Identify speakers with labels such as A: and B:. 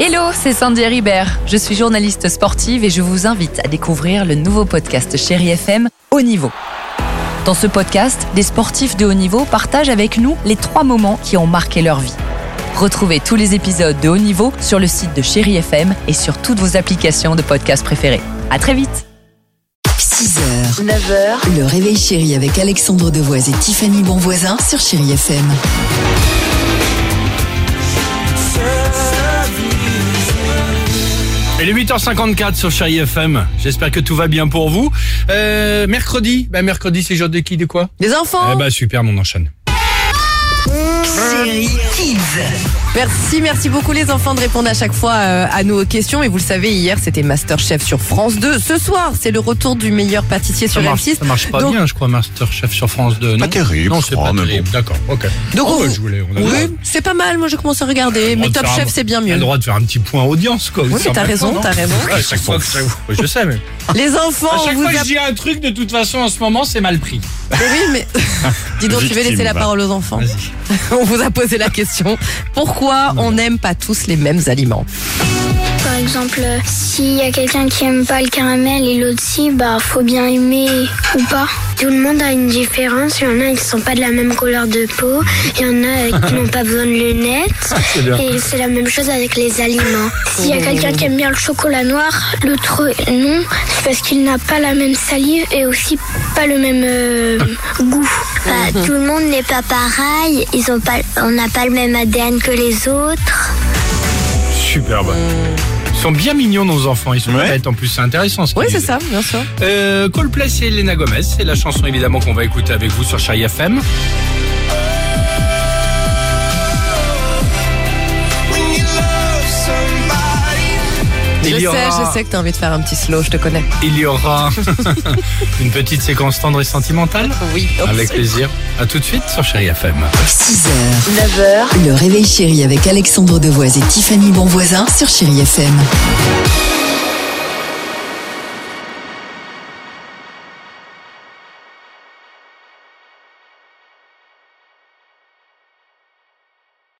A: Hello, c'est Sandy Ribert. Je suis journaliste sportive et je vous invite à découvrir le nouveau podcast Chéri FM Haut Niveau. Dans ce podcast, des sportifs de haut niveau partagent avec nous les trois moments qui ont marqué leur vie. Retrouvez tous les épisodes de Haut Niveau sur le site de Chéri FM et sur toutes vos applications de podcasts préférées. À très vite.
B: 6h, 9h, le réveil chéri avec Alexandre Devoise et Tiffany Bonvoisin sur Chéri FM.
C: Il est 8h54 sur Chérie FM. J'espère que tout va bien pour vous. Euh, mercredi, bah mercredi c'est jour de qui, de quoi
D: Des enfants
C: Eh
E: ben,
C: bah super, on enchaîne.
B: Chéri Kids.
D: Merci, merci beaucoup les enfants de répondre à chaque fois euh, à nos questions. Et vous le savez, hier c'était Masterchef sur France 2. Ce soir, c'est le retour du meilleur pâtissier
C: Ça
D: sur
C: marche,
D: M6.
C: ça marche pas
D: donc,
C: bien, je crois, Masterchef sur France 2. Non
E: Pas terrible,
C: Non,
E: je
C: c'est
E: crois,
C: pas
E: mais
C: terrible. D'accord, ok.
D: donc
C: Oh,
D: on-
C: bah, je voulais, on a le droit-
D: oui, c'est pas mal. Moi, je commence à regarder.
C: on a
D: Mais
C: le droit
D: Top
C: de faire
D: Chef,
C: un-
D: c'est bien
C: On a
D: mieux.
C: le droit de faire un petit point audience, quoi. Ça,
D: mais t'as
C: maintenant,
D: raison,
C: non
D: t'as raison.
C: Ouais, à chaque fois, que ça- je sais, mais.
D: Les enfants,
C: À
D: on
C: chaque
D: vous
C: fois que
D: a-
C: je dis un truc, de toute façon, en ce moment, c'est mal pris.
D: Oui, mais dis donc, tu vais laisser la
E: Victime, va.
D: parole aux enfants.
C: Vas-y.
D: On vous a posé la question pourquoi on n'aime pas tous les mêmes aliments
F: Par exemple, euh, s'il y a quelqu'un qui aime pas le caramel et l'autre si, bah faut bien aimer ou pas. Tout le monde a une différence. Il y en a qui sont pas de la même couleur de peau. Il y en a euh, qui n'ont pas besoin de lunettes.
C: C'est bien.
F: Et c'est la même chose avec les aliments. S'il y a quelqu'un qui aime bien le chocolat noir, l'autre non, c'est parce qu'il n'a pas la même salive et aussi pas le même euh, goût. Bah,
G: Tout le monde n'est pas pareil, ils ont pas, on n'a pas le même ADN que les autres.
C: Superbe. Ils sont bien mignons, nos enfants. Ils sont
E: Ouais.
C: bêtes. En plus, c'est intéressant. ce
D: Oui,
C: qu'ils
D: c'est
C: disent.
D: ça, bien sûr.
C: Euh, Coldplay, c'est Elena Gomez. C'est la chanson évidemment qu'on va écouter avec vous sur Chai FM.
D: Je
C: Il y,
D: sais,
C: aura,
D: je sais que t'as envie de faire un petit slow, je te connais.
C: il y aura une petite séquence tendre et sentimentale.
D: Oui,
C: Avec plaisir. À tout de suite sur Chérie FM.
B: 6h, 9h, le réveil chéri avec Alexandre Devoise et Tiffany Bonvoisin sur Chéri FM.